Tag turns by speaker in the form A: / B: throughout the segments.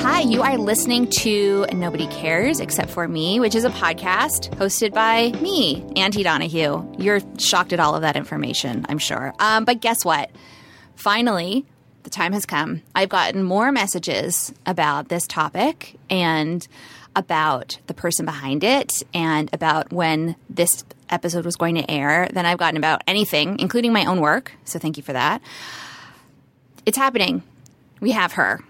A: Hi, you are listening to Nobody Cares Except for Me, which is a podcast hosted by me, Auntie Donahue. You're shocked at all of that information, I'm sure. Um, but guess what? Finally, the time has come. I've gotten more messages about this topic and about the person behind it and about when this episode was going to air than I've gotten about anything, including my own work. So thank you for that. It's happening. We have her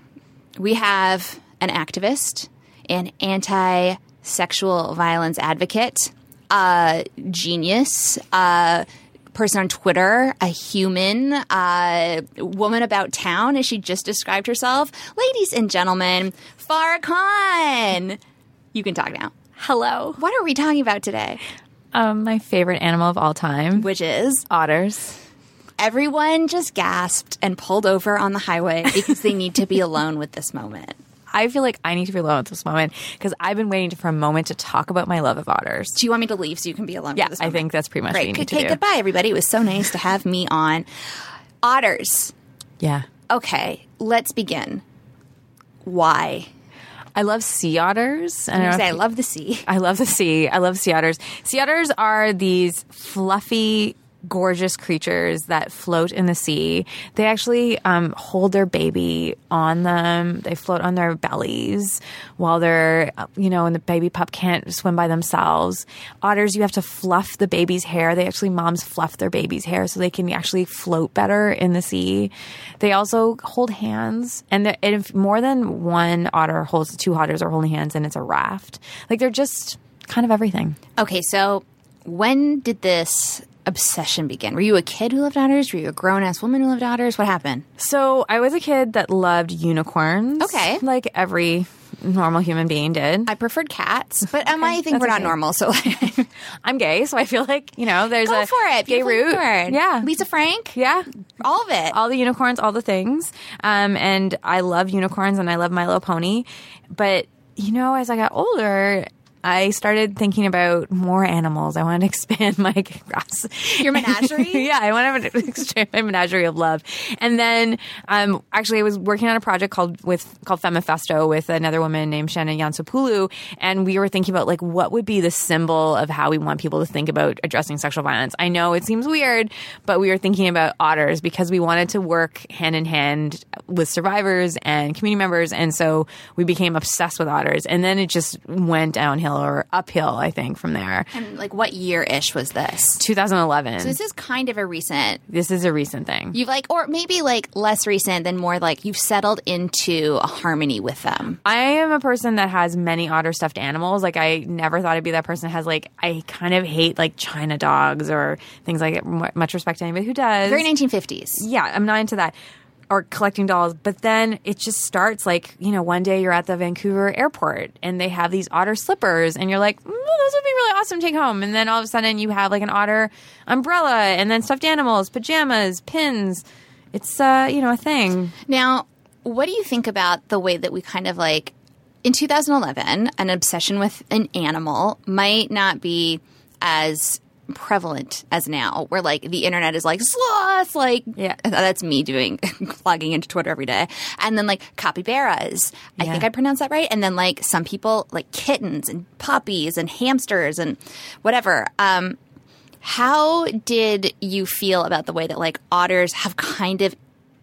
A: we have an activist, an anti sexual violence advocate, a genius, a person on Twitter, a human, a woman about town, as she just described herself. Ladies and gentlemen, Farrakhan. You can talk now.
B: Hello.
A: What are we talking about today?
B: Um, my favorite animal of all time,
A: Which is
B: otters.
A: everyone just gasped and pulled over on the highway because they need to be alone with this moment.
B: I feel like I need to be alone at this moment because I've been waiting for a moment to talk about my love of otters.
A: Do you want me to leave so you can be alone?
B: Yeah,
A: with this
B: I
A: moment?
B: think that's pretty much what you
A: Great. Could
B: need to
A: take
B: do.
A: goodbye, everybody. It was so nice to have me on. Otters.
B: Yeah.
A: Okay, let's begin. Why?
B: I love sea otters. I
A: I'm
B: don't know
A: gonna say I
B: if-
A: love the sea.
B: I love the sea. I love sea otters. Sea otters are these fluffy, gorgeous creatures that float in the sea. They actually um, hold their baby on them. They float on their bellies while they're, uh, you know, and the baby pup can't swim by themselves. Otters, you have to fluff the baby's hair. They actually, moms fluff their baby's hair so they can actually float better in the sea. They also hold hands. And, the- and if more than one otter holds, two otters are holding hands and it's a raft. Like they're just kind of everything.
A: Okay, so when did this obsession begin? Were you a kid who loved otters? Were you a grown ass woman who loved otters? What happened?
B: So I was a kid that loved unicorns.
A: Okay.
B: Like every normal human being did.
A: I preferred cats, but um, I think
B: that's
A: we're not
B: okay.
A: normal, so go
B: I'm gay, so I feel like, you know, there's a
A: for it.
B: gay
A: Beautiful
B: root.
A: unicorn.
B: Yeah.
A: Lisa Frank.
B: Yeah.
A: all of it.
B: all the unicorns, all the things. Um, and I love unicorns and I love My Little Pony. But, you know, as I got older, I started thinking about more animals. I wanted to expand my grass.
A: Your menagerie?
B: yeah, I wanted to expand my menagerie of love. And then, um, actually, I was working on a project called with called Femifesto with another woman named Shannon Yansopulu, and we were thinking about like what would be the symbol of how we want people to think about addressing sexual violence. I know it seems weird, but we were thinking about otters because we wanted to work hand in hand with survivors and community members, and so we became obsessed with otters. And then it just went downhill or uphill, I think, from there.
A: And like, what year ish was this?
B: 2011.
A: This is kind of a recent
B: this is a recent thing.
A: You've like, or maybe like less recent than more like you've settled into a harmony with them.
B: I am a person that has many otter stuffed animals. Like I never thought I'd be that person that has like I kind of hate like China dogs or things like that. Mu- Much respect to anybody who does.
A: Very 1950s.
B: Yeah, I'm not into that. Or collecting dolls, but then it just starts like you know. One day you're at the Vancouver airport and they have these otter slippers, and you're like, "Mm, "Well, those would be really awesome to take home." And then all of a sudden you have like an otter umbrella, and then stuffed animals, pajamas, pins. It's uh, you know a thing.
A: Now, what do you think about the way that we kind of like in 2011, an obsession with an animal might not be as prevalent as now, where like the internet is like sloths, like
B: Yeah.
A: that's me doing logging into Twitter every day, and then like capybaras. I think I pronounced that right, and then like some people like kittens and puppies and hamsters and whatever. Um, how did you feel about the way that like otters have kind of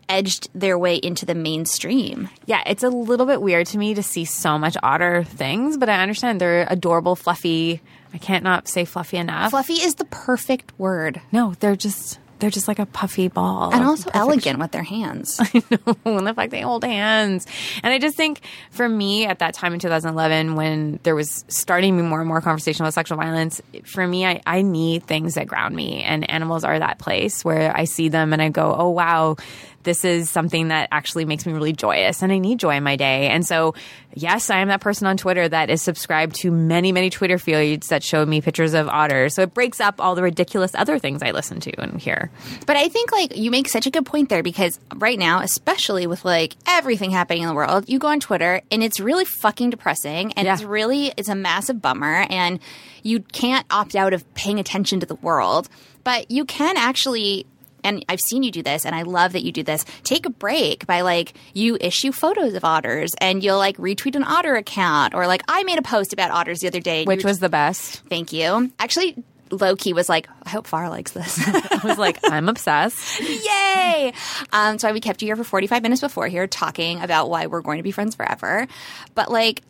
A: edged their way into the mainstream?
B: Yeah, it's a little bit weird to me to see so much otter things, but I understand they're adorable, fluffy. I can't not say fluffy enough.
A: Fluffy is the perfect word.
B: no, they're just they're just like a puffy ball.
A: and
B: of
A: also elegant with their hands.
B: and the fact they hold hands. And I just think for me at that time in 2011, when there was starting to be more and more conversation about sexual violence, for me, I, I need things that ground me. And animals are that place where I see them and I go, oh, wow, this is something that actually makes me really joyous. And I need joy in my day. And so, yes, I am that person on Twitter that is subscribed to many, many Twitter feeds that show me pictures of otters. So it breaks up all the ridiculous other things I listen to and hear.
A: But I think like you make such a good point there because right now, especially with like everything happening in the world, you go on Twitter and it's really fucking depressing and
B: Yeah.
A: it's really it's a massive bummer and you can't opt out of paying attention to the world, but you can actually and I've seen you do this and I love that you do this. Take a break by like you issue photos of otters and you'll like retweet an otter account or like I made a post about otters the other day. and
B: Which
A: you-
B: was the best?
A: thank you. Actually Loki was like, I hope Far likes this.
B: I was like, I'm obsessed.
A: Yay! Um, so we kept you here for 45 minutes before here talking about why we're going to be friends forever. But like,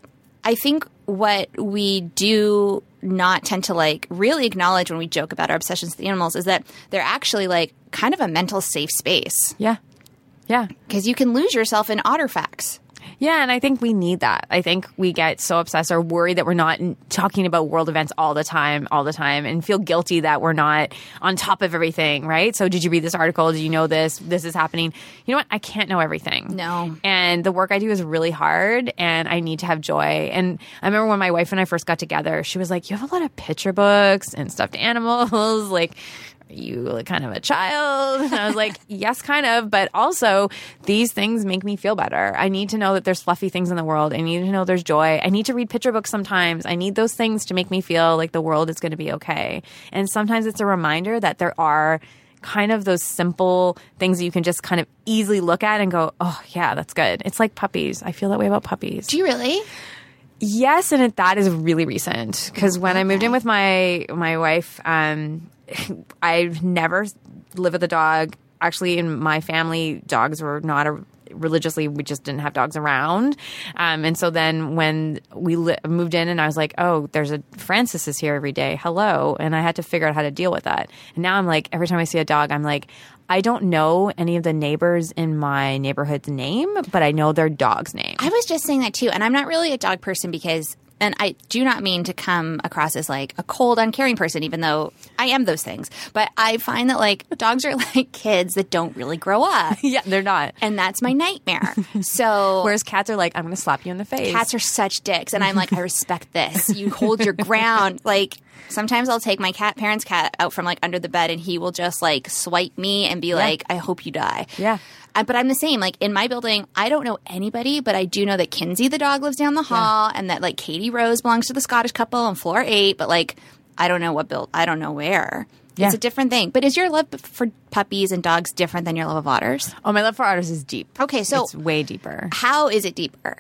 A: I think what we do not tend to like really acknowledge when we joke about our obsessions with animals is that they're actually like kind of a mental safe space
B: Yeah. Yeah.
A: because you can lose yourself in otter facts.
B: Yeah. And I think we need that. I think we get so obsessed or worried that we're not n- talking about world events all the time, all the time, and feel guilty that we're not on top of everything, right? So, did you read this article? Did you know this? This is happening. You know what? I can't know everything.
A: No.
B: And the work I do is really hard and I need to have joy. And I remember when my wife and I first got together, she was like, You have a lot of picture books and stuffed animals. Like, are you like kind of a child? And I was like, Yes, kind of. But also, these things make me feel better. I need to know that there's fluffy things in the world. I need to know there's joy. I need to read picture books sometimes. I need those things to make me feel like the world is going to be okay. And sometimes it's a reminder that there are kind of those simple things that you can just kind of easily look at and go, oh, yeah, that's good. It's like puppies. I feel that way about puppies.
A: Do you really?
B: Yes, and it, that is really recent because when I moved in with my my wife, um, I've never lived with a dog. Actually, in my family, dogs were not a religiously we just didn't have dogs around um, and so then when we li- moved in and i was like oh there's a francis is here every day hello and i had to figure out how to deal with that and now i'm like every time i see a dog i'm like i don't know any of the neighbors in my neighborhood's name but i know their dog's name
A: I was just saying that too, and I'm not really a dog person because, and I do not mean to come across as like a cold, uncaring person, even though I am those things. But I find that like dogs are like kids that don't really grow up,
B: yeah they're not
A: and that's my nightmare. So
B: Whereas cats are like, I'm going to slap you in the face.
A: cats are such dicks, and I'm like, I respect this. You hold your ground, like. Sometimes I'll take my cat parents' cat out from like under the bed and he will just like swipe me and be like, I hope you die.
B: Yeah.
A: Uh, but I'm the same. Like in my building, I don't know anybody, but I do know that Kinsey the dog lives down the hall, and that like Katie Rose belongs to the Scottish couple on floor eight. But like, I don't know what build. I don't know where.
B: Yeah.
A: It's a different thing. But is your love for puppies and dogs different than your love of otters?
B: oh, my love for otters is deep.
A: Okay, so-
B: it's way deeper.
A: How is it deeper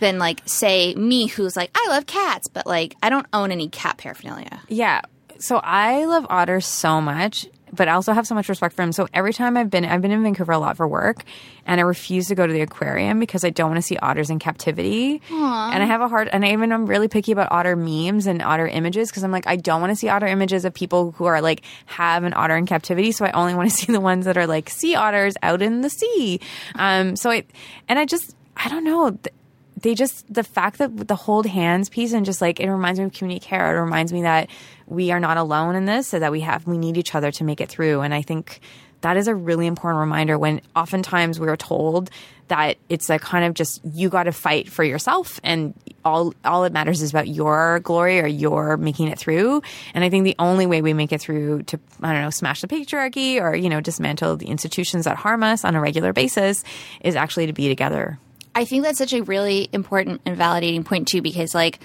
A: than like say me, who's like I love cats, but like I don't own any cat paraphernalia.
B: Yeah. So I love otters so much, but I also have so much respect for them. So every time I've been, I've been in Vancouver a lot for work, and I refuse to go to the aquarium because I don't want to see otters in captivity. And I have a hard, and I even I'm really picky about otter memes and otter images because I'm like, I don't want to see otter images of people who are like have an otter in captivity. So I only want to see the ones that are like sea otters out in the sea. Um. So I, and I just, I don't know. Th- they just the fact that the hold hands piece and just like it reminds me of community care. It reminds me that we are not alone in this, so that we have we need each other to make it through. And I think that is a really important reminder when oftentimes we are told that it's a kind of just you got to fight for yourself and all all it matters is about your glory or your making it through and i think the only way we make it through to i don't know smash the patriarchy or you know dismantle the institutions that harm us on a regular basis is actually to be together
A: I think that's such a really important and validating point too, because like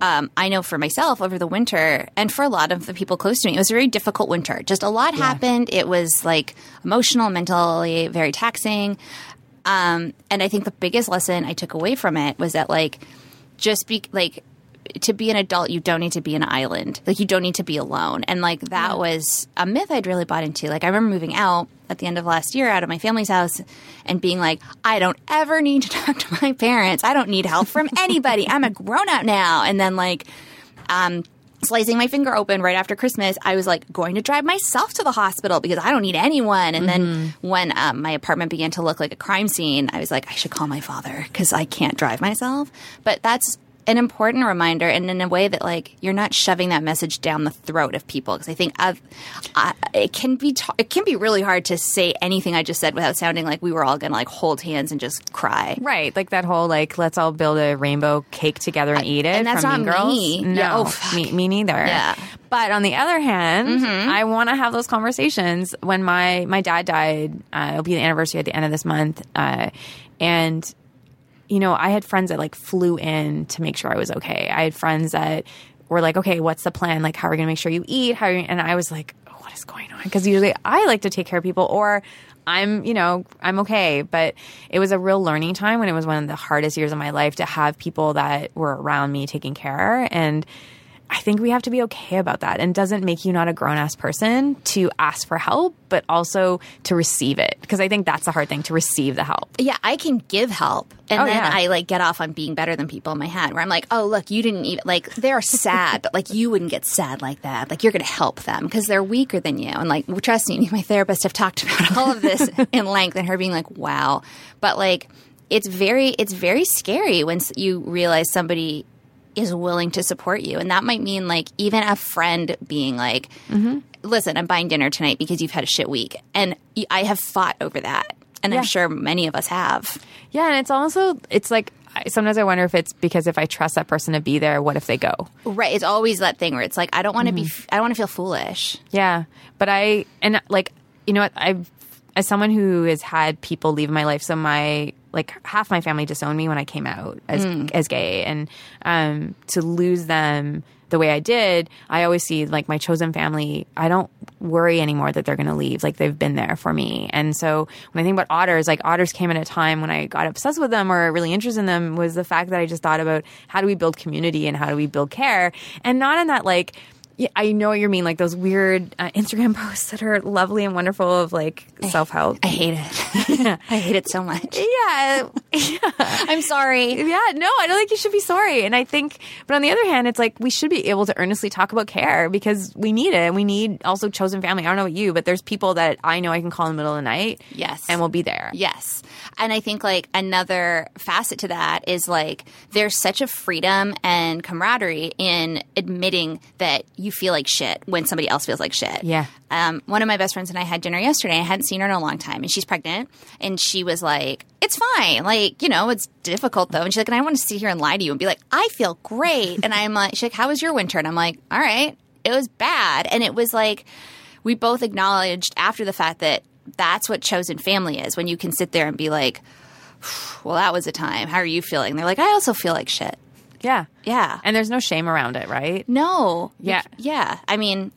A: um, I know for myself over the winter, and for a lot of the people close to me, it was a very difficult winter. Just a lot happened. It was like emotional, mentally very taxing. Um, and I think the biggest lesson I took away from it was that like just be like to be an adult you don't need to be an island like you don't need to be alone and like that was a myth i'd really bought into like i remember moving out at the end of last year out of my family's house and being like i don't ever need to talk to my parents i don't need help from anybody i'm a grown up now and then like um slicing my finger open right after Christmas, I was like going to drive myself to the hospital because I don't need anyone. And then when um, my apartment began to look like a crime scene, I was like, I should call my father because I can't drive myself. But that's an important reminder, and in a way that like you're not shoving that message down the throat of people because I think I've, I, it can be t- it can be really hard to say anything I just said without sounding like we were all gonna like hold hands and just cry.
B: Right, like that whole like let's all build a rainbow cake together and eat it.
A: and that's
B: from Mean
A: not
B: Girls.
A: me.
B: No,
A: Yeah, oh, fuck.
B: me, me neither.
A: Yeah. Mm-hmm.
B: But on the other hand, I want to have those conversations. When my my dad died, uh, it'll be the anniversary at the end of this month, uh, and you know, I had friends that like flew in to make sure I was okay. I had friends that were like, okay, what's the plan? Like, how are we going to make sure you eat? How are you? And I was like, "Oh, what is going on? Because usually I like to take care of people or I'm, you know, I'm okay. But it was a real learning time when it was one of the hardest years of my life to have people that were around me taking care. And I think we have to be okay about that. And doesn't make you not a grown ass person to ask for help, but also to receive it. Because I think that's the hard thing to receive the help.
A: yeah, I can give help. And
B: Oh,
A: then
B: yeah.
A: I like get off on being better than people in my head, where I'm like, oh, look, you didn't even, like, they're sad, but like, you wouldn't get sad like that. Like, you're going to help them because they're weaker than you. And like, well, trust me, me and my therapist have talked about all of this in length and her being like, wow. But like, it's very, it's very scary when s- you realize somebody is willing to support you. And that might mean like even a friend being like, listen, I'm buying dinner tonight because you've had a shit week. And y- I have fought over that. And I'm sure many of us have.
B: Yeah, and it's also it's like I- sometimes I wonder if it's because if I trust that person to be there, what if they go?
A: Right. It's always that thing where it's like, I don't want to be, I don't want to feel foolish.
B: Yeah, but I and like you know what I as someone who has had people leave my life, so my like half my family disowned me when I came out as as gay, and um, to lose them the way I did, I always see like my chosen family. I don't worry anymore that they're going to leave. Like they've been there for me, and so when I think about otters, like otters came at a time when I got obsessed with them or really interested in them was the fact that I just thought about how do we build community and how do we build care, and not in that like yeah, I know what you mean. Like those weird uh, Instagram posts that are lovely and wonderful of like self help.
A: I hate it. I hate it so much.
B: Yeah,
A: I'm sorry.
B: yeah. No, I don't think you should be sorry. And I think, but on the other hand, it's like we should be able to earnestly talk about care because we need it, and we need also chosen family. I don't know about you, but there's people that I know I can call in the middle of the night.
A: Yes.
B: and we'll be there.
A: Yes. And I think like another facet to that is like there's such a freedom and camaraderie in admitting that you feel like shit when somebody else feels like shit.
B: Yeah.
A: Um, one of my best friends and I had dinner yesterday. I hadn't seen her in a long time and she's pregnant and she was like, it's fine. Like, you know, it's difficult though. And she's like, and I want to sit here and lie to you and be like, I feel great. And I'm like, she's like, how was your winter? And I'm like, all right, it was bad. And it was like, we both acknowledged after the fact that that's what chosen family is when you can sit there and be like, well, that was a time. How are you feeling? And they're like, I also feel like shit.
B: Yeah,
A: Yeah.
B: And there's no shame around it, right?
A: No.
B: Yeah.
A: Yeah. I mean,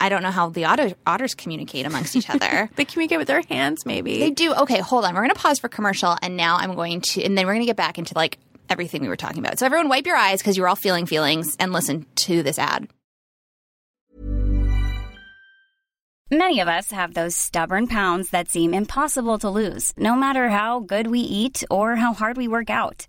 A: I don't know how the otter- otters communicate amongst each other.
B: They communicate with their hands, maybe.
A: They do. Okay, hold on. We're going to pause for commercial, and now I'm going to, and then we're going to get back into like everything we were talking about. So everyone, wipe your eyes because you're all feeling feelings, and listen to this ad.
C: Many of us have those stubborn pounds that seem impossible to lose, no matter how good we eat or how hard we work out.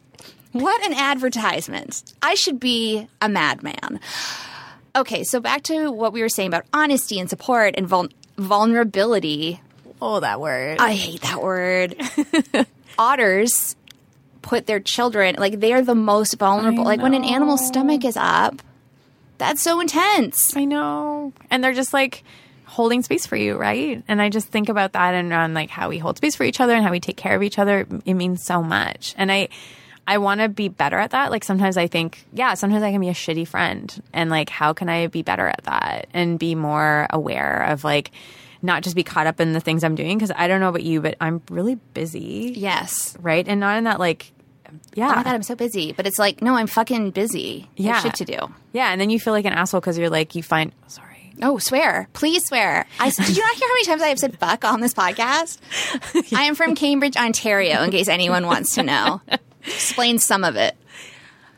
A: What an advertisement! I should be a madman. Okay, so back to what we were saying about honesty and support and vul- vulnerability.
B: Oh, that word.
A: I hate that word. Otters put their children like they are the most vulnerable. Like when an animal's stomach is up, that's so intense.
B: I know. And they're just like holding space for you, right? And I just think about that and on like how we hold space for each other and how we take care of each other. It means so much. And I I want to be better at that. Like sometimes I think, yeah, sometimes I can be a shitty friend. And like how can I be better at that and be more aware of like not just be caught up in the things I'm doing because I don't know about you, but I'm really busy
A: Yes.
B: right? And not in that like Yeah.
A: oh my god, I'm so busy. But it's like, no, I'm fucking busy. I have shit to do.
B: Yeah, and then you feel like an asshole because you're like you find sorry.
A: Oh, swear. Please swear. I, did you not hear how many times I have said fuck on this podcast? I am from Cambridge, Ontario, in case anyone wants to know. Explain some of it.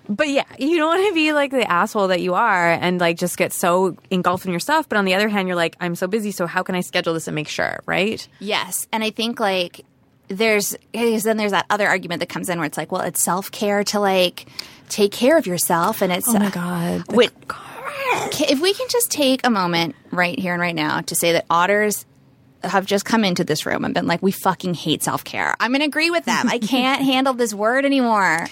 B: But yeah, you don't want to be like the asshole that you are and like just get so engulfed in your stuff. But on the other hand, you're like, I'm so busy, so how can I schedule this and make sure, right?
A: Yes. And I think like there's, because then there's that other argument that comes in where it's like, well, it's self care to like take care of yourself. And it's, oh
B: my God. The-
A: Wait, Ca- if we can just take a moment right here and right now to say that otters have just come into this room and been like, we fucking hate self care. I'm going to agree with them. I can't handle this word anymore.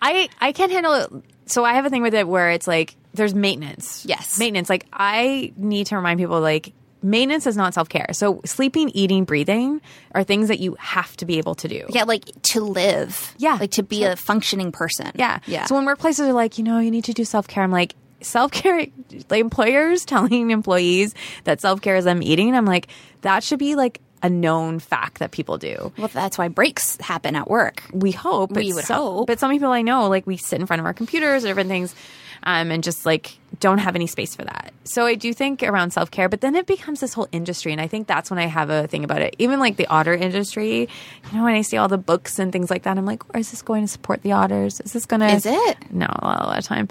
B: I I can't handle it. So I have a thing with it where it's like there's maintenance.
A: Yes.
B: maintenance. Like I need to remind people like maintenance is not self care. So sleeping, eating, breathing are things that you have to be able to do.
A: Yeah, like to live.
B: Yeah.
A: Like to be a functioning person.
B: Yeah.
A: Yeah.
B: So when workplaces are like, you know, you need to do self care, I'm like, self care, like employers telling employees that self care is them eating, I'm like, that should be like a known fact that people do.
A: well, that's why breaks happen at work.
B: We hope. but
A: We would
B: so-
A: hope.
B: But some people I know, like, we sit in front of our computers or different things um, and just like don't have any space for that. So I do think around self care, but then it becomes this whole industry. And I think that's when I have a thing about it. Even like the otter industry, you know, when I see all the books and things like that, I'm like, is this going to support the otters? Is this going to.
A: Is it?
B: No, a lot, a lot of time.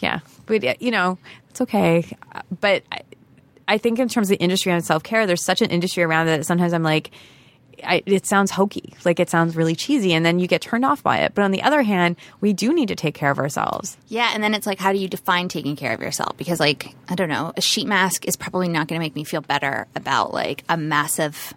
B: Yeah. But, yeah, you know, it's okay. Uh, But I, I think in terms of the industry on self care, there's such an industry around it that sometimes I'm like, I, it sounds hokey, like it sounds really cheesy, and then you get turned off by it. But on the other hand, we do need to take care of ourselves.
A: Yeah. And then it's like, how do you define taking care of yourself? Because, like, I don't know, a sheet mask is probably not going to make me feel better about like a massive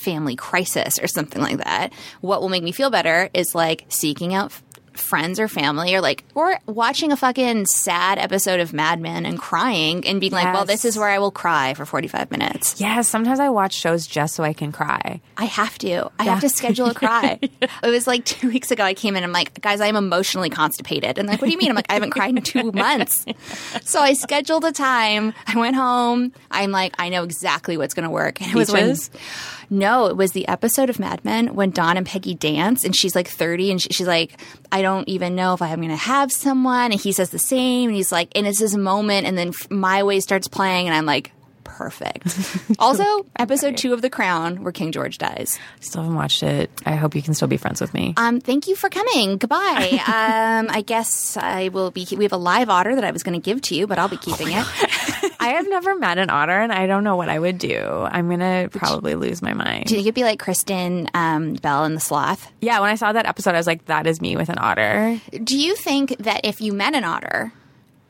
A: family crisis or something like that. What will make me feel better is like seeking out. f- Friends or family, or like, or watching a fucking sad episode of Mad Men and crying and being like, well,
B: Yes.
A: this is where I will cry for 45 minutes.
B: Yeah, sometimes I watch shows just so I can cry.
A: I have to. I have to schedule a cry. It was like two weeks ago. I came in. I'm like, guys, I'm emotionally constipated. And they're like, what do you mean? I'm like, I haven't cried in two months. So I scheduled a time. I went home. I'm like, I know exactly what's going to work. And it was when,
B: Beaches?
A: no, it was the episode of Mad Men when Don and Peggy dance, and she's like 30, and she, she's like, I don't even know if I'm going to have someone. And he says the same, and he's like, and it's this moment, and then f- My Way starts playing, and I'm like. Perfect. Also, episode two of The Crown, where King George dies.
B: Still haven't watched it. I hope you can still be friends with me.
A: Um, thank you for coming. Goodbye. um, I guess I will be. We have a live otter that I was going to give to you, but I'll be keeping it.
B: I have never met an otter, and I don't know what I would do. I'm gonna probably lose my mind.
A: You could be like Kristen um, Bell in the sloth.
B: Yeah, when I saw that episode, I was like, "That is me with an otter."
A: Do you think that if you met an otter,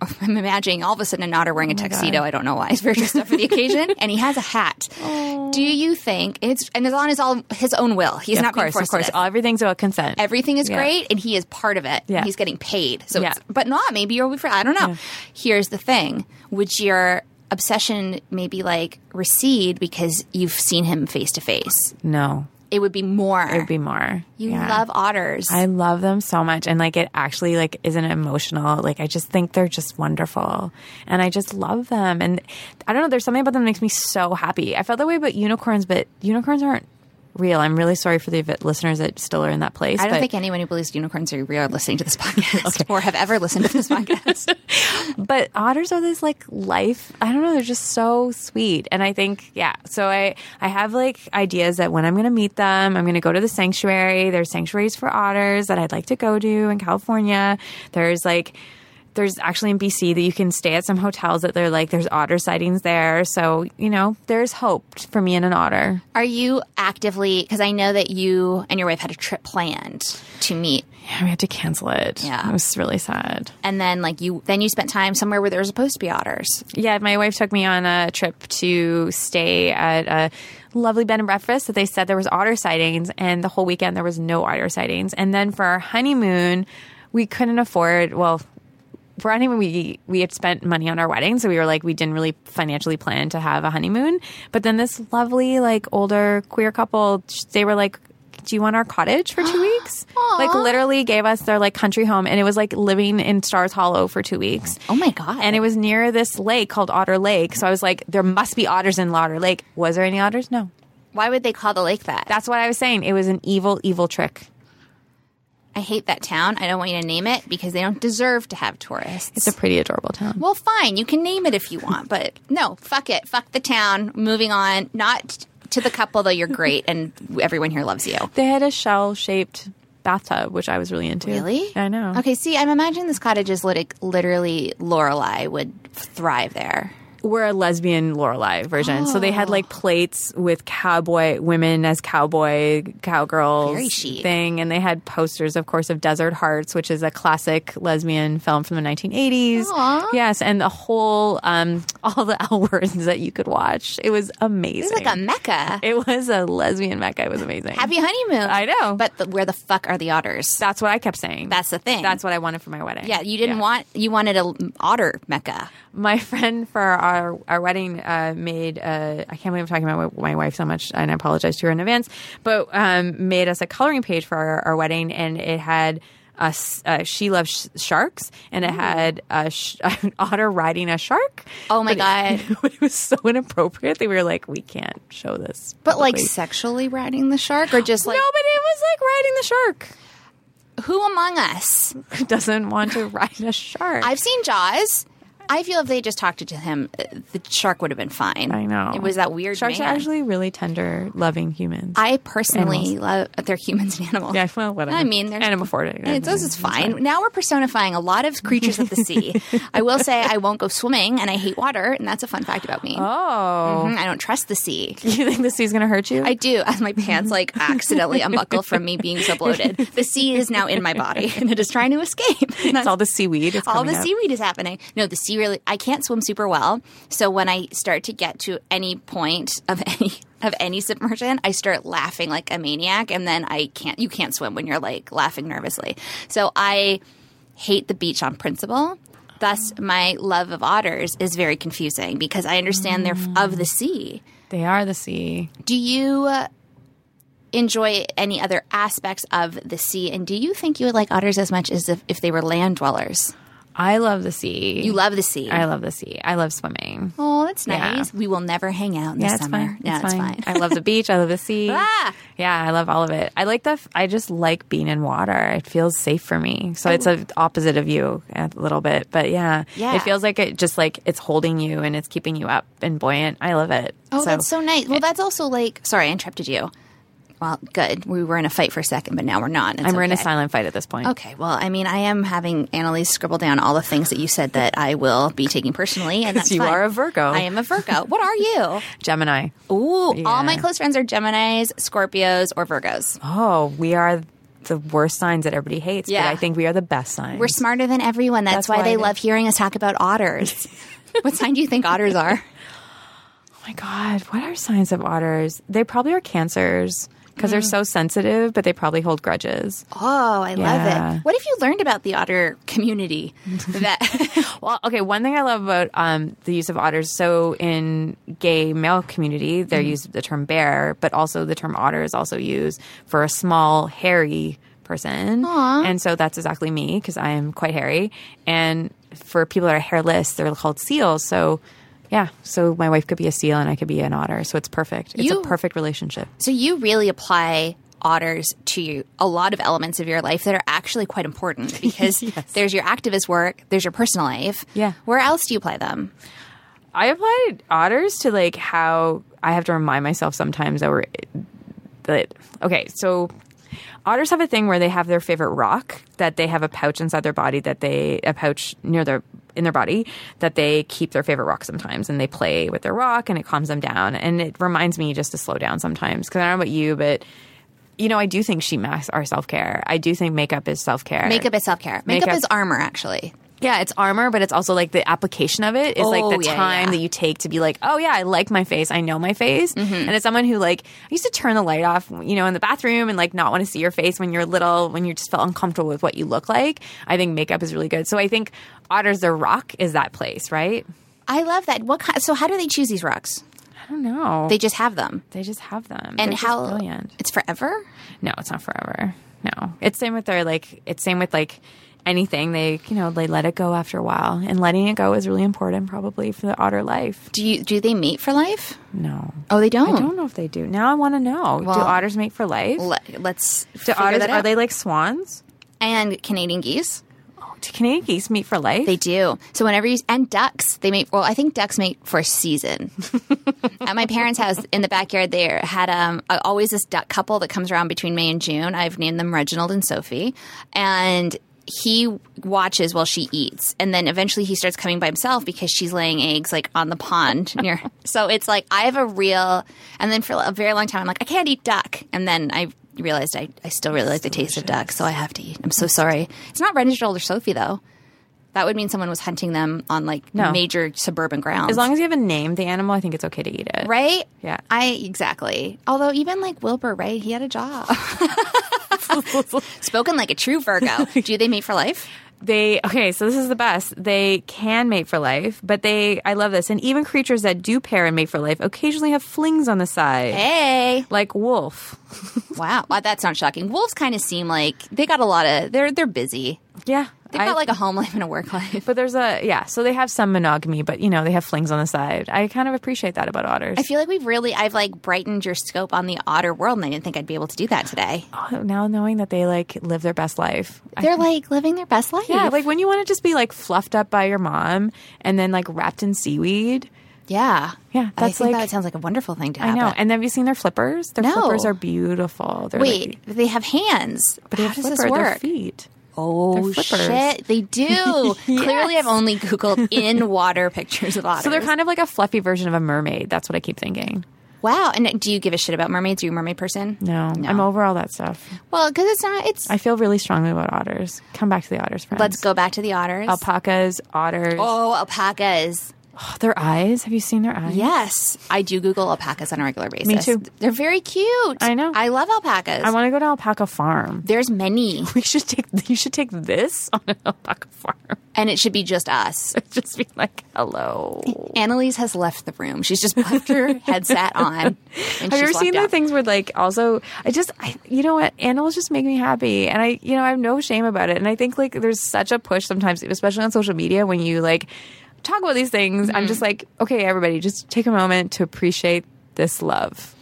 A: I'm imagining all of a sudden an otter
B: Oh
A: wearing a tuxedo. I don't know why he's very dressed up for the occasion, and he has a hat. Do you think it's and it's on his all his own will? He's
B: Yeah,
A: not
B: of course,
A: being
B: of
A: forced
B: course,
A: to this.
B: All- everything's about consent.
A: Everything is
B: Yeah.
A: great, and he is part of it.
B: Yeah.
A: he's getting paid. So,
B: Yeah.
A: it's, but not maybe you'll be free. I don't know. Here's the thing: would your obsession maybe like recede because you've seen him face to face?
B: no,
A: It would be more.
B: it'd be more.
A: you
B: Yeah.
A: love otters.
B: I love them so much and like it actually like isn't emotional. Like I just think they're just wonderful and I just love them and I don't know there's something about them that makes me so happy. I felt that way about unicorns but unicorns aren't real. I'm really sorry for the vi- listeners that still are in that place.
A: I don't
B: but,
A: think anyone who believes unicorns are real are listening to this podcast or have ever listened to this podcast.
B: but otters are this like life i don't know they're just so sweet and i think yeah so i i have like ideas that when i'm gonna meet them i'm gonna go to the sanctuary there's sanctuaries for otters that i'd like to go to in california there's like there's actually in BC that you can stay at some hotels that they're like there's otter sightings there, so you know there's hope for me and an otter.
A: Are you actively? Because I know that you and your wife had a trip planned to meet,
B: Yeah, we had to cancel it.
A: Yeah.
B: it was really sad.
A: and then like you, then you spent time somewhere where there were supposed to be otters.
B: Yeah, my wife took me on a trip to stay at a lovely bed and breakfast that they said there was otter sightings, and the whole weekend there was no otter sightings. And then for our honeymoon, we couldn't afford. Well, for our honeymoon, we we had spent money on our wedding, so we were like we didn't really financially plan to have a honeymoon. But then this lovely like older queer couple, they were like. Do you want our cottage for two weeks? like literally gave us their like country home, and it was like living in Stars Hollow for two weeks.
A: Oh my god!
B: And it was near this lake called Otter Lake. So I was like, there must be otters in Otter Lake. Was there any otters? No.
A: Why would they call the lake that?
B: That's what I was saying. It was an evil, evil trick.
A: I hate that town. I don't want you to name it because they don't deserve to have tourists.
B: It's a pretty adorable town.
A: well, fine. You can name it if you want, but no, fuck it. Fuck the town. Moving on. Not to the couple, though. You're great and everyone here loves you.
B: They had a shell shaped bathtub, which I was really into.
A: Really?
B: I know.
A: Okay, see, I'm imagining this cottage is lit- literally Lorelei would thrive there.
B: We're a lesbian Lorelai version. So they had like
A: Oh.
B: plates with cowboy women as cowboy cowgirls
A: Very chic.
B: thing, and they had posters, of course, of Desert Hearts, which is a classic lesbian film from the 1980s.
A: Aw.
B: Yes, and the whole um, all the L words that you could watch. It was amazing.
A: It's like a mecca.
B: It was a lesbian mecca. It was amazing.
A: Happy honeymoon.
B: I know.
A: But the, where the fuck are the otters?
B: That's what I kept saying.
A: That's the thing.
B: That's what I wanted for my wedding.
A: yeah, you didn't want you wanted a otter mecca.
B: my friend for our our wedding uh, made uh, I can't believe I'm talking about my, my wife so much and I apologize to her in advance but um, made us a coloring page for our, our wedding and it had us uh, she loves sh- sharks and it had a sh- an otter riding a shark
A: Oh my
B: But
A: god.
B: it, but it was so inappropriate they were like we can't show this
A: But like
B: publicly."
A: sexually riding the shark or just like
B: no but it was like riding the shark
A: who among us?
B: who doesn't want to ride a shark
A: I've seen Jaws. I feel if they just talked to him, uh, the shark would have been fine.
B: I know
A: It was that weird
B: sharks
A: man.
B: are actually really tender loving humans
A: I personally love they're humans and animals.
B: Yeah, well, whatever.
A: I mean, there's
B: Anamorphic.
A: Yeah, It's, it's fine. Now we're personifying a lot of creatures of the sea. I will say I won't go swimming, and I hate water, and that's a fun fact about me.
B: Oh,
A: Mhm, I don't trust the sea.
B: you think the sea's gonna hurt you?
A: I do, as my pants like accidentally unbuckle from me being so bloated. The sea is now in my body, and it is trying to escape.
B: it's all the seaweed. It's
A: all
B: coming
A: the
B: up.
A: seaweed is happening. No, the sea really. I can't swim super well, so when I start to get to any point of any of any submersion, I start laughing like a maniac, and then I can't. You can't swim when you're like laughing nervously. So I hate the beach on principle. Thus, my love of otters is very confusing because I understand they're f- of the sea.
B: They are the sea.
A: Do you uh, enjoy any other aspects of the sea? And do you think you would like otters as much as if, if they were land dwellers?
B: I love the sea.
A: You love the sea.
B: I love the sea. I love swimming.
A: Oh, that's
B: Yeah.
A: nice. We will never hang out in
B: yeah,
A: the
B: it's
A: summer.
B: fine.
A: Yeah, it's fine.
B: I love the beach. I love the sea.
A: Ah!
B: Yeah, I love all of it. I like the. f- I just like being in water. It feels safe for me. So it's a opposite of you a little bit, but yeah,
A: Oh. Yeah.
B: It feels like it just like it's holding you and it's keeping you up and buoyant. I love it.
A: oh, that's so nice. Well, that's also like. Sorry, I interrupted you. Well, good. We were in a fight for a second, but now we're not. It's
B: And we're in a
A: okay.
B: silent fight at this point.
A: Okay, well, I mean, I am having Annalise scribble down all the things that you said that I will be taking personally, and
B: 'Cause
A: that's
B: you
A: fine.
B: are a Virgo.
A: I am a Virgo. What are you?
B: Gemini.
A: Ooh, all my
B: Yeah.
A: close friends are Gemini's, Scorpios, or Virgos.
B: Oh, we are the worst signs that everybody hates.
A: Yeah.
B: But I think we are the best signs.
A: We're smarter than everyone. That's,
B: That's
A: why,
B: why
A: they
B: they-
A: love hearing us talk about otters. what sign do you think otters are?
B: oh my God. What are signs of otters? They probably are cancers because
A: Mm.
B: they're so sensitive, but they probably hold grudges.
A: Oh, I love
B: Yeah.
A: it. What have you learned about the otter community? That
B: Well, okay. One thing I love about um, the use of otters. So in gay male community, they use the term bear, but also the term otter is also used for a small, hairy person. And so that's exactly me because I am quite hairy. And for people that are hairless, they're called seals. So. Yeah, so my wife could be a seal and I could be an otter, so it's perfect. It's
A: You-
B: a perfect relationship.
A: so you really apply otters to a lot of elements of your life that are actually quite important because there's your activist work, there's your personal life.
B: Yeah.
A: Where else do you apply them?
B: I applied otters to like how I have to remind myself sometimes that we're that okay, so otters have a thing where they have their favorite rock that they have a pouch inside their body that they a pouch near their in their body that they keep their favorite rock sometimes and they play with their rock and it calms them down and it reminds me just to slow down sometimes because I don't know about you but you know I do think sheet masks are self care I do think makeup is self care
A: Makeup is self care. Makeup,
B: Makeup-
A: is armor, actually.
B: yeah, it's armor, but it's also like the application of it is like
A: Oh,
B: the
A: yeah,
B: time
A: yeah. Mm-hmm.
B: that you take to be like, oh yeah, I like my face, I know my face. And as someone who like, I used to turn the light off, you know, in the bathroom and like not want to see your face when you're little, when you just felt uncomfortable with what you look like. I think makeup is really good. So I think Otters the Rock is that place, right?
A: I love that. What kind, so? How do they choose these rocks?
B: I don't know.
A: They just have them.
B: they just have them. They're
A: And
B: just
A: how?
B: brilliant.
A: It's forever.
B: No, it's not forever. No, it's same with their like. It's same with like anything. They you know they let it go after a while, and letting it go is really important probably for the otter life.
A: Do you? Do they mate for life?
B: No,
A: Oh, they
B: I
A: don't.
B: don't know if they do. Now I want to know. do
A: Well-
B: otters mate for life?
A: Let, let's
B: do
A: figure
B: otters
A: that
B: are
A: out.
B: they like swans?
A: and Canadian geese.
B: Do Canadian geese meet for life?
A: They do. So whenever you and ducks, they make. Well, I think ducks mate for a season. At my parents' house in the backyard, there had um uh, always this duck couple that comes around between May and June. I've named them Reginald and Sophie, and he watches while she eats, and then eventually he starts coming by himself because she's laying eggs like on the pond near. So it's like I have a real, and then for a very long time I'm like I can't eat duck, and then I. Realized I, I still really like the taste of duck, so I have to eat. I'm so sorry. It's not Reginald or Sophie though. That would mean someone was hunting them on like
B: No.
A: major suburban grounds.
B: as long as you have a name, the animal, I think it's okay to eat it.
A: right?
B: Yeah.
A: I exactly. Although even like Wilbur Ray, he had a job. Spoken like a true Virgo. Do they mate for life?
B: They okay, so this is the best. They can mate for life, but they I love this. And even creatures that do pair and mate for life occasionally have flings on the side.
A: Hey.
B: Like wolf.
A: Wow. Wow, that's not shocking. Wolves kind of seem like they got a lot of they're they're busy.
B: Yeah.
A: They've got like a home life and a work life.
B: but there's a yeah, so they have some monogamy, but you know, they have flings on the side. I kind of appreciate that about otters.
A: I feel like we've really I've like brightened your scope on the otter world and I didn't think I'd be able to do that today.
B: Oh, now knowing that they like live their best life. I-
A: They're like living their best life.
B: yeah, like when you want to just be like fluffed up by your mom and then like wrapped in seaweed.
A: yeah.
B: Yeah,
A: I
B: that's
A: think
B: like-
A: that sounds like a wonderful thing to
B: I
A: happen.
B: know. And have you seen their flippers? Their
A: No.
B: flippers are beautiful. They're
A: Wait,
B: like,
A: but they have hands.
B: but they
A: How
B: have
A: does this
B: flipper, their
A: work?
B: feet.
A: Oh
B: They're flippers.
A: shit, they do. Clearly, I've only googled in water pictures of otters.
B: So they're kind of like a fluffy version of a mermaid. That's what I keep thinking.
A: wow. And do you give a shit about mermaids? Are you a mermaid person?
B: No, I'm over all that stuff.
A: Well, because it's not. It's
B: I feel really strongly about otters. Come back to the otters, friends.
A: let's go back to the otters.
B: Alpacas, otters.
A: oh, alpacas.
B: Their eyes. Have you seen their eyes?
A: Yes, I do Google alpacas on a regular basis.
B: too.
A: They're very cute.
B: I know.
A: I love alpacas.
B: I want to go to alpaca farm.
A: There's many,
B: We should take. You should take this on an alpaca farm.
A: and it should be just us.
B: Just be like, hello.
A: Annalise has left the room. She's just left her headset on. And
B: Have you ever
A: she's locked
B: seen the
A: out.
B: things where like also I just I you know what animals just make me happy and I you know I have no shame about it and I think like there's such a push sometimes especially on social media when you like talk about these things I'm
A: Mm-hmm.
B: just like okay everybody just take a moment to appreciate this love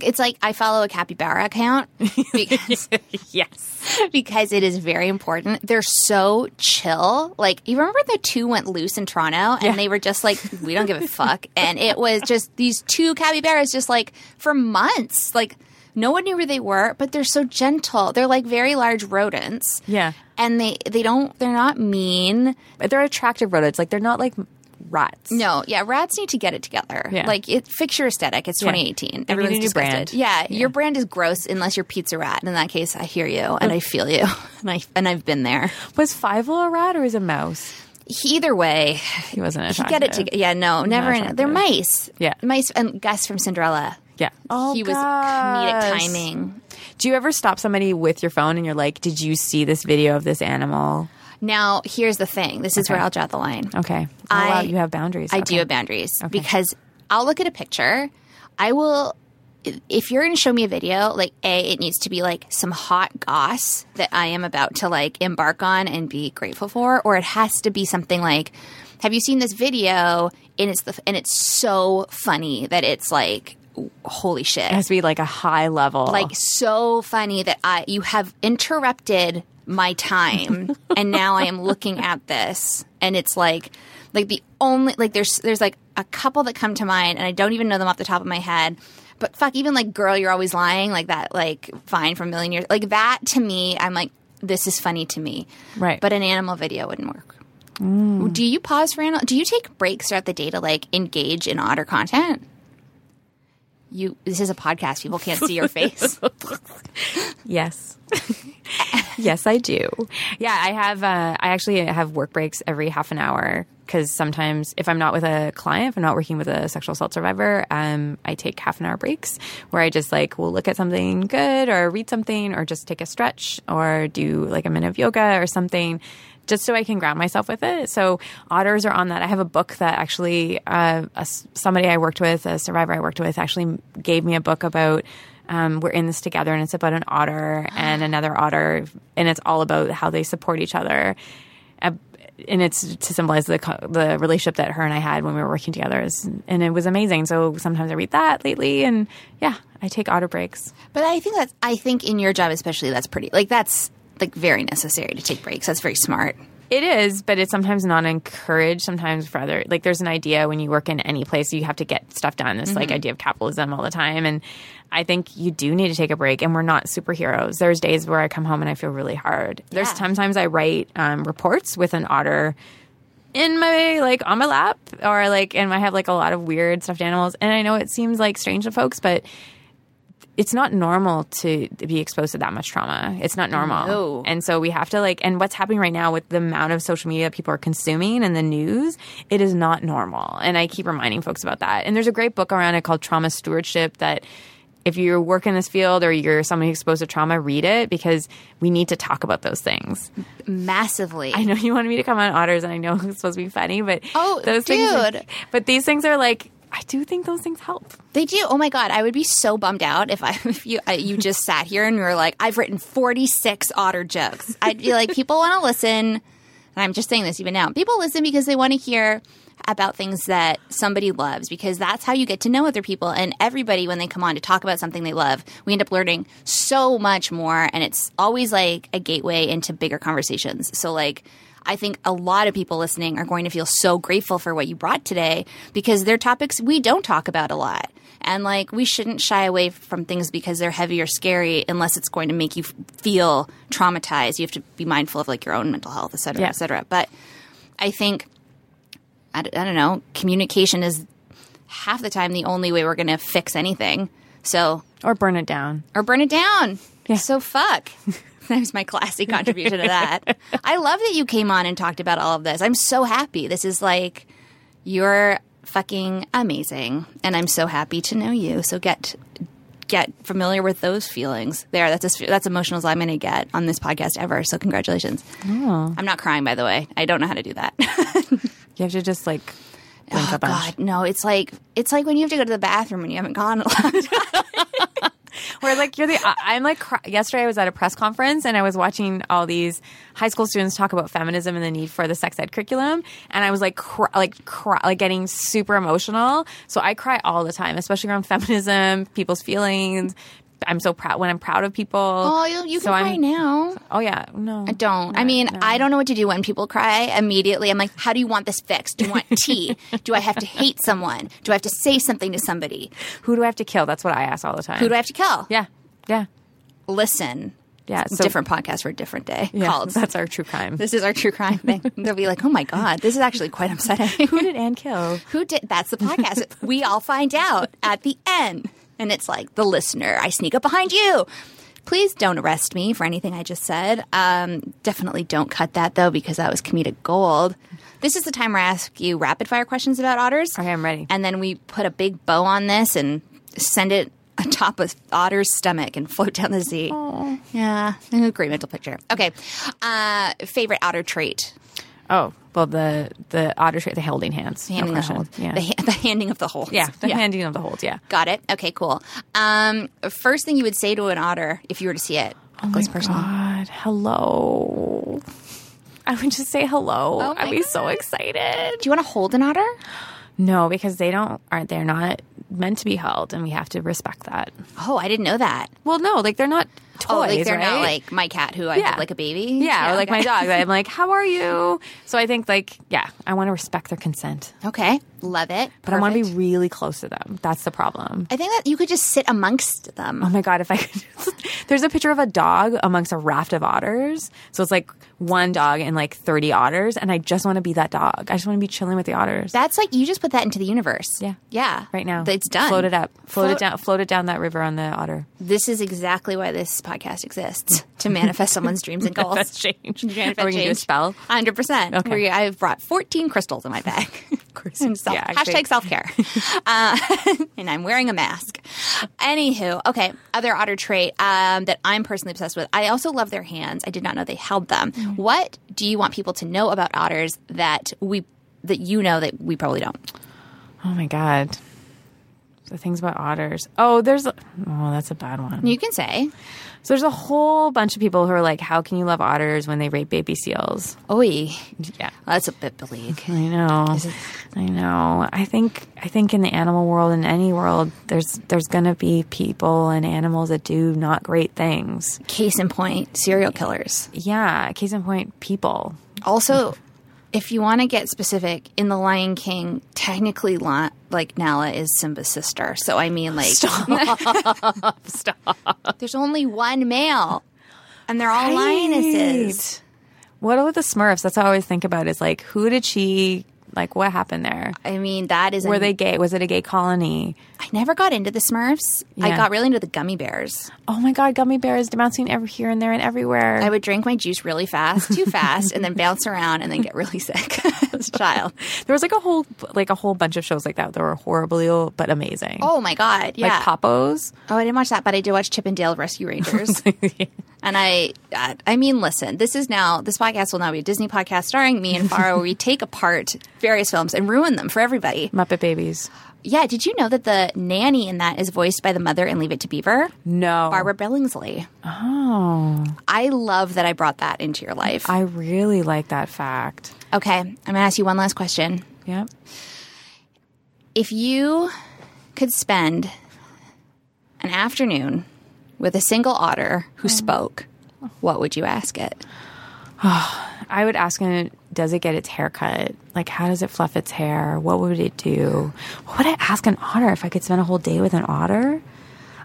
A: It's like I follow a capybara account because
B: yes
A: because it is very important. They're so chill. Like you remember the two went loose in Toronto and they were just like, we don't give a fuck. And it was just these two capybaras just like for months. Like no one knew where they were, but they're so gentle. They're like very large rodents.
B: Yeah.
A: And they they don't they're not mean.
B: but they're attractive rodents like they're not like rats
A: No, yeah, rats need to get it together.
B: Yeah.
A: Like it fix your aesthetic. It's 2018.
B: They need a
A: Everyone's
B: new
A: disgusted.
B: brand.
A: Yeah, your brand is gross unless you're pizza rat. And in that case, I hear you and I feel you. And I and I've been there.
B: was Fievel a rat or is a mouse
A: He- either way,
B: he wasn't
A: he
B: attractive
A: get it together. Yeah, no, never.
B: attractive.
A: they're mice.
B: Yeah.
A: mice and Gus from Cinderella.
B: yeah oh
A: he was comedic
B: gosh.
A: timing.
B: do you ever stop somebody with your phone and you're like did you see this video of this animal
A: Now, here's the thing. This is where I'll draw the line.
B: okay oh,
A: I-
B: wow you have boundaries
A: I do have boundaries because I'll look at a picture. I will. If you're going to show me a video, like a, it needs to be like some hot goss that I am about to like embark on and be grateful for, or it has to be something like, "Have you seen this video?" And it's the and it's so funny that it's like, "Holy shit!"
B: It has to be like a high level.
A: like so funny that I you have interrupted my time and now I am looking at this and it's like like the only like there's there's like a couple that come to mind and I don't even know them off the top of my head. But fuck, even like girl, you're always lying, like that like fine from a million years like that to me, I'm like, this is funny to me.
B: Right. Mm.
A: But an animal video wouldn't work. Do you pause for animal do you take breaks throughout the day to like engage in otter content? You this is a podcast, people can't see your face.
B: yes, yes, I do. Yeah, I have. Uh, I actually have work breaks every half an hour because sometimes if I'm not with a client, if I'm not working with a sexual assault survivor, um, I take half an hour breaks where I just like will look at something good or read something or just take a stretch or do like a minute of yoga or something. Just so I can ground myself with it. So otters are on that. I have a book that actually uh, a s somebody I worked with, a survivor I worked with, actually gave me a book about um, we're in this together and it's about an otter and another otter and it's all about how they support each other Uh, and it's to symbolize the co- the relationship that her and I had when we were working together is, and it was amazing so sometimes I read that lately and yeah I take otter breaks
A: But I think that's I think in your job especially that's pretty like that's like very necessary to take breaks. That's very smart.
B: It is, but it's sometimes not encouraged. Sometimes rather, like there's an idea when you work in any place, you have to get stuff done. This like idea of capitalism all the time, and I think you do need to take a break. And we're not superheroes. There's days where I come home and I feel really hard. There's
A: Yeah.
B: sometimes I write um, reports with an otter in my like on my lap or like and I have like a lot of weird stuffed animals and I know it seems like strange to folks but it's not normal to be exposed to that much trauma. It's not normal.
A: No.
B: And so we have to like and what's happening right now with the amount of social media people are consuming and the news, it is not normal. And I keep reminding folks about that. And there's a great book around it called Trauma Stewardship that if you work in this field or you're somebody who's exposed to trauma, read it because we need to talk about those things.
A: Massively.
B: I know you wanted me to come on otters, and I know it's supposed to be funny, but
A: Oh,
B: those things. are-
A: dude.
B: but these things are like, I do think those things help.
A: They do. Oh my god, I would be so bummed out if I if you I, you just sat here and you were like, I've written forty six otter jokes. I'd be like, people want to listen, and I'm just saying this even now. People listen because they want to hear about things that somebody loves because that's how you get to know other people and everybody when they come on to talk about something they love we end up learning so much more and it's always like a gateway into bigger conversations so like I think a lot of people listening are going to feel so grateful for what you brought today because they're topics we don't talk about a lot. And like, we shouldn't shy away from things because they're heavy or scary unless it's going to make you f- feel traumatized. You have to be mindful of like your own mental health, et cetera,
B: Yeah.
A: et cetera. But I think, I, d- I don't know, communication is half the time the only way we're going to fix anything. So,
B: Or burn it down.
A: or burn it down. So fuck. That was my classy contribution to that. I love that you came on and talked about all of this. I'm so happy. This is like you're fucking amazing, and I'm so happy to know you. So get get familiar with those feelings. There, that's as, that's emotional as I'm going to get on this podcast ever. So congratulations.
B: Oh.
A: I'm not crying, by the way. I don't know how to do that.
B: You have to just like blink
A: oh
B: a bunch.
A: God, no! It's like it's like when you have to go to the bathroom and you haven't gone a lot.
B: Where like you're the I- I'm like cry- yesterday I was at a press conference and I was watching all these high school students talk about feminism and the need for the sex ed curriculum and I was like cry, like cry, like getting super emotional. So I cry all the time, especially around feminism, people's feelings. I'm so proud when I'm proud of people.
A: Oh, you, you can
B: so
A: cry
B: I'm,
A: now.
B: Oh yeah, no,
A: I don't. I mean, I don't know what to do when people cry immediately. I'm like, how do you want this fixed? Do you want tea? do I have to hate someone? Do I have to say something to somebody?
B: Who do I have to kill? That's what I ask all the time.
A: Who do I have to kill?
B: Yeah, yeah,
A: Listen.
B: yeah.
A: It's a different podcast for a different day
B: yeah,
A: called.
B: That's our true crime.
A: This is our true crime thing. They'll be like, oh my God, this is actually quite upsetting.
B: Who did Anne kill?
A: Who did? That's the podcast. we all find out at the end. And it's like the listener. I sneak up behind you. Please don't arrest me for anything I just said. Um, definitely don't cut that though, because that was comedic gold. This is the time where I ask you rapid fire questions about otters.
B: Okay, I'm ready.
A: And then we put a big bow on this and send it atop of otter's stomach and float down the sea. Yeah, a great mental picture. Okay, uh, favorite otter trait?
B: Oh, well, the the otter trait, the holding hands,
A: The
B: no
A: handing of the
B: question.
A: hold.
B: Yeah,
A: The, ha- the handing of the hold.
B: yeah, the handing of the hold. Yeah.
A: Got it. Okay, cool. Um, first thing you would say to an otter if you were to see it. Oh
B: my God, hello. I would just say hello.
A: my
B: I'd be so excited.
A: Do you want to hold an otter?
B: No, because they don't aren't they're not meant to be held, and we have to respect that.
A: Oh, I didn't know that.
B: Well, no, like they're not toys,
A: oh, like they're not
B: right?
A: like my cat who I
B: Yeah.
A: hold like a baby.
B: yeah, or like
A: okay.
B: my dog. that I'm like, how are you? So I think like, yeah, I want to respect their consent,
A: Okay, love it.
B: but I want to be
A: Perfect.
B: really close to them. That's the problem.
A: I think that you could just sit amongst them.
B: Oh my god, if I could There's a picture of a dog amongst a raft of otters. So it's like one dog and like 30 otters and I just want to be that dog. I just want to be chilling with the otters.
A: That's like you just put that into the universe.
B: Yeah.
A: yeah.
B: right now.
A: it's done.
B: Float it up. Float,
A: Float-
B: it down float it down that river on the otter.
A: This is exactly why this podcast exists to manifest someone's dreams and goals.
B: That's change.
A: Janet
B: Are we gonna do a spell?
A: Hundred percent.
B: Okay.
A: We- I've brorought fourteen crystals in my bag. of course. And self,
B: Yeah, I
A: hashtag
B: think-
A: self care. uh, and I'm wearing a mask. Anywho, okay. Other otter trait um, that I'm personally obsessed with. I also love their hands. I did not know they held them.
B: Mm-hmm.
A: What do you want people to know about otters that we that you know that we probably don't?
B: Oh my god. the things about otters. Oh, there's a- oh, that's a bad one.
A: You can say,
B: So there's a whole bunch of people who are like, how can you love otters when they rape baby seals?
A: "Oi,
B: Yeah.
A: that's a bit bleak."
B: I know. I know. I think I think in the animal world in any world there's there's going to be people and animals that do not great things.
A: Case in point, serial killers.
B: Yeah, case in point people.
A: Also, if you want to get specific, in The Lion King, technically, La- like Nala is Simba's sister. So I mean, like, stop, stop. There's only one male, and they're all lionesses.
B: What about the Smurfs? That's what I always think about is like who did she like what happened there?
A: I mean, that is.
B: Were
A: an-
B: they gay? Was it a gay colony?
A: I never got into the Smurfs. I
B: Yeah.
A: got really into the gummy bears.
B: Oh my god, gummy bears bouncing every here and there and everywhere.
A: I would drink my juice really fast, too fast, and then bounce around and then get really sick as a child.
B: there was like a whole like a whole bunch of shows like that that were horribly ill but amazing.
A: Oh my god! Yeah.
B: Like Popos.
A: Oh, I didn't watch that, but I did watch Chip and Dale Rescue Rangers. And I, I I mean, listen, this is now, this podcast will now be a Disney podcast starring me and Farah, where we take apart various films and ruin them for everybody.
B: Muppet Babies.
A: Yeah, did you know that the nanny in that is voiced by the mother in Leave It to Beaver?
B: No.
A: Barbara Billingsley. Oh. I love that I brought that into your life.
B: I really like that fact.
A: okay, I'm going to ask you one last question.
B: Yep.
A: If you could spend an afternoon with a single otter who spoke, what would you ask it?
B: I would ask him, does it get its hair cut? Like, how does it fluff its hair? What would it do? What would I ask an otter if I could spend a whole day with an otter?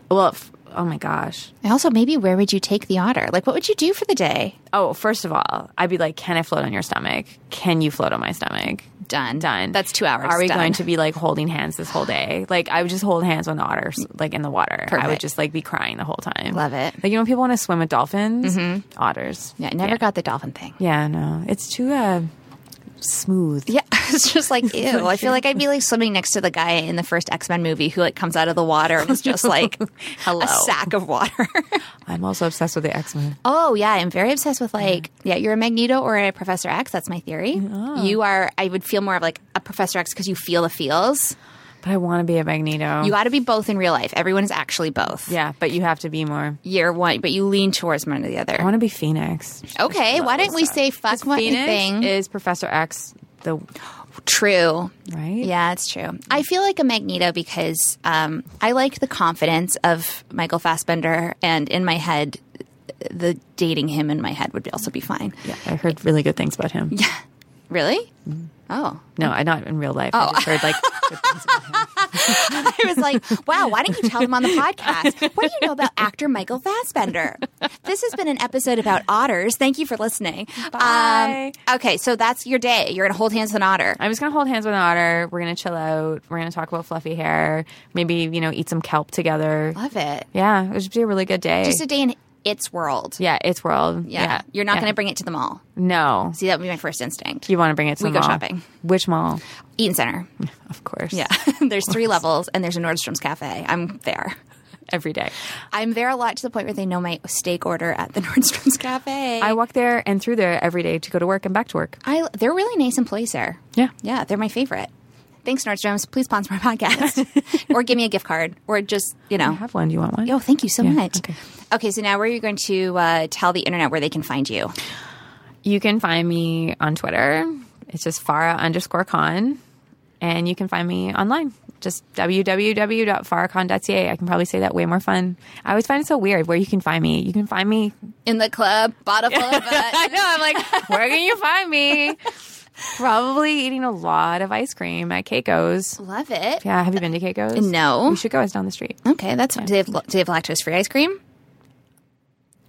B: Well, if, oh my gosh.
A: And also, maybe where would you take the otter? Like, what would you do for the day?
B: Oh, first of all, I'd be like, can I float on your stomach? Can you float on my stomach?
A: Done.
B: Done.
A: That's two hours.
B: Are we
A: Done.
B: going to be like holding hands this whole day? Like, I would just hold hands with an otter, s- like in the water. I
A: Perfect.
B: would just like be crying the whole time.
A: Love it. Mm-hmm.
B: Like, you know, when people want to swim with dolphins, otters.
A: Yeah, I never got the dolphin thing.
B: Yeah, no, it's too uh, smooth.
A: Yeah, it's just like ew. I feel like I'd be like swimming next to the guy in the first X Men movie who like comes out of the water and is just like a sack of water.
B: I'm also obsessed with the X Men.
A: oh yeah, I'm very obsessed with like yeah, you're a Magneto or a Professor X. That's my theory. You are. I would feel more of like a Professor X because you feel the feels.
B: But I want to be a Magneto.
A: You got to be both in real life. Everyone is actually both.
B: yeah, but you have to be more.
A: You're one, but you lean towards one or the
B: I
A: other.
B: want to be Phoenix.
A: Okay, why don't we say fuck one
B: Phoenix
A: thing?
B: is Professor X. The
A: True.
B: right.
A: Yeah, it's true. I feel like a Magneto because um, I like the confidence of Michael Fassbender, and in my head, the dating him in my head would also be fine. Yeah.
B: I heard really good things about him.
A: Really?
B: Mm-hmm.
A: Oh,
B: No, I not in real life. I just heard like good things about him.
A: I was like, wow, why didn't you tell him on the podcast? What do you know about actor Michael Fassbender? This has been an episode about otters. Thank you for listening.
B: Bye.
A: Um, okay, so that's your day. You're going to hold hands with an otter.
B: I'm just gonna hold hands with an otter. We're gonna chill out. We're gonna talk about fluffy hair. Maybe you know eat some kelp together.
A: Love it.
B: Yeah, it would be a really good day.
A: Just a day in its world.
B: yeah, it's world. Yeah,
A: You're not
B: Yeah.
A: going to bring it to the mall.
B: no.
A: See, that would be my first instinct.
B: You want to bring it to
A: We go
B: the mall.
A: shopping.
B: Which mall?
A: Eaton Center.
B: Of course.
A: Yeah. there's three levels and there's a Nordstrom's cafe. I'm there.
B: Every day.
A: I'm there a lot to the point where they know my steak order at the Nordstrom's cafe.
B: I walk there and through there every day to go to work and back to work.
A: I they're really nice employees there.
B: Yeah.
A: Yeah, they're my favorite. Thanks Nordstrom's. Please sponsor my podcast or give me a gift card or just, you
B: I
A: know.
B: have one. Do you want one?
A: Oh, thank you so
B: Yeah,
A: much.
B: okay.
A: Okay, so now where are you going to uh, tell the internet where they can find you?
B: You can find me on Twitter. It's just Farah underscore Khan. And you can find me online. Just www.farahkhan.ca. I can probably say that way more fun. I always find it so weird where you can find me. You can find me.
A: In the club, bottle full of
B: I know. I'm like, where can you find me? Probably eating a lot of ice cream at Keiko's.
A: Love it.
B: Yeah. Have you been to Keiko's?
A: No.
B: We should go. It's down the street.
A: Okay, that's do they have, do they have lactose free ice cream?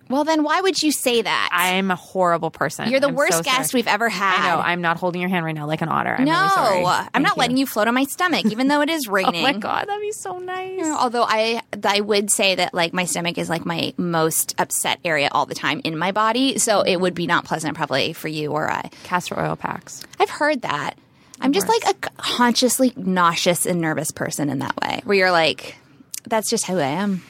A: Well, then why would you say that?
B: I'm a horrible person.
A: You're the
B: I'm so
A: worst
B: sorry.
A: guest we've ever had.
B: I know. I'm not holding your hand right now like an otter. I'm
A: no,
B: really sorry.
A: I'm
B: Thank
A: not letting you float on my stomach, even though it is
B: Oh
A: raining.
B: my god, that'd be so nice.
A: Although I, I would say that like my stomach is like my most upset area all the time in my body, so it would be not pleasant probably for you or I.
B: Castor oil packs.
A: I've heard that. I'm just like a consciously nauseous and nervous person in that way, where you're like, that's just who I am.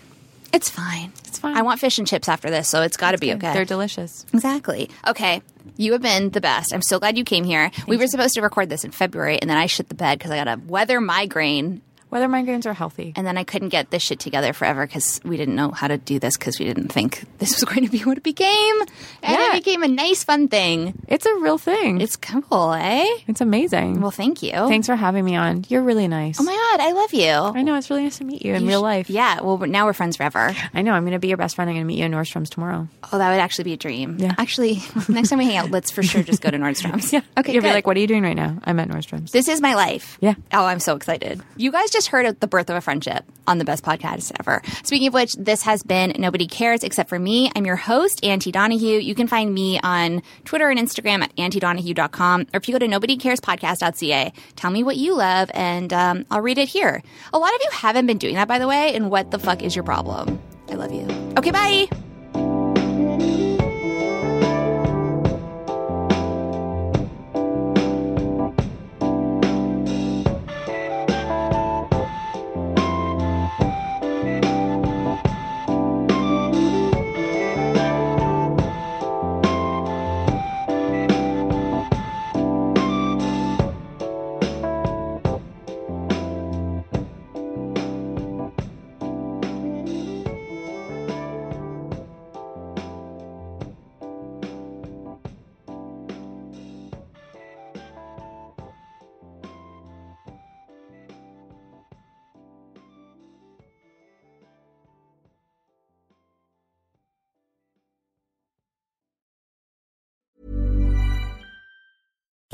A: It's fine. It's
B: fine.
A: I want fish and chips after this, so it's got to be okay.
B: They're delicious.
A: Exactly. Okay. You have been the best. I'm so glad you came here. we were supposed to record this in February, and then I shit the bed because I got a weather migraine.
B: Whether migraines are healthy.
A: And then I couldn't get this shit together forever because we didn't know how to do this because we didn't think this was going to be what it became. And
B: Yeah.
A: it became a nice, fun thing.
B: It's a real thing. It's,
A: It's cool, eh?
B: amazing.
A: Well, thank you.
B: Thanks for having me on. You're really nice.
A: Oh my God, I love you.
B: I know. It's really nice to meet you in real life.
A: Yeah, well, we're- now we're friends forever.
B: I know. I'm going to be your best friend. I'm going to meet you in Nordstrom's tomorrow.
A: Oh, that would actually be a dream.
B: Yeah.
A: Actually, next time we hang out, let's for sure just go to Nordstrom's. Okay,
B: You'll
A: good.
B: be like, what are you doing right now? I'm at Nordstrom's.
A: This is my life.
B: Yeah.
A: Oh, I'm so excited. You guys just heard of the birth of a friendship on the best podcast ever. Speaking of which, this has been Nobody Cares Except for Me. I'm your host, Auntie Donahue. You can find me on Twitter and Instagram at auntiedonahue.com. Or if you go to nobodycarespodcast.ca, tell me what you love and um, I'll read it here. A lot of you haven't been doing that, by the way. And what the fuck is your problem? I love you. Okay, bye.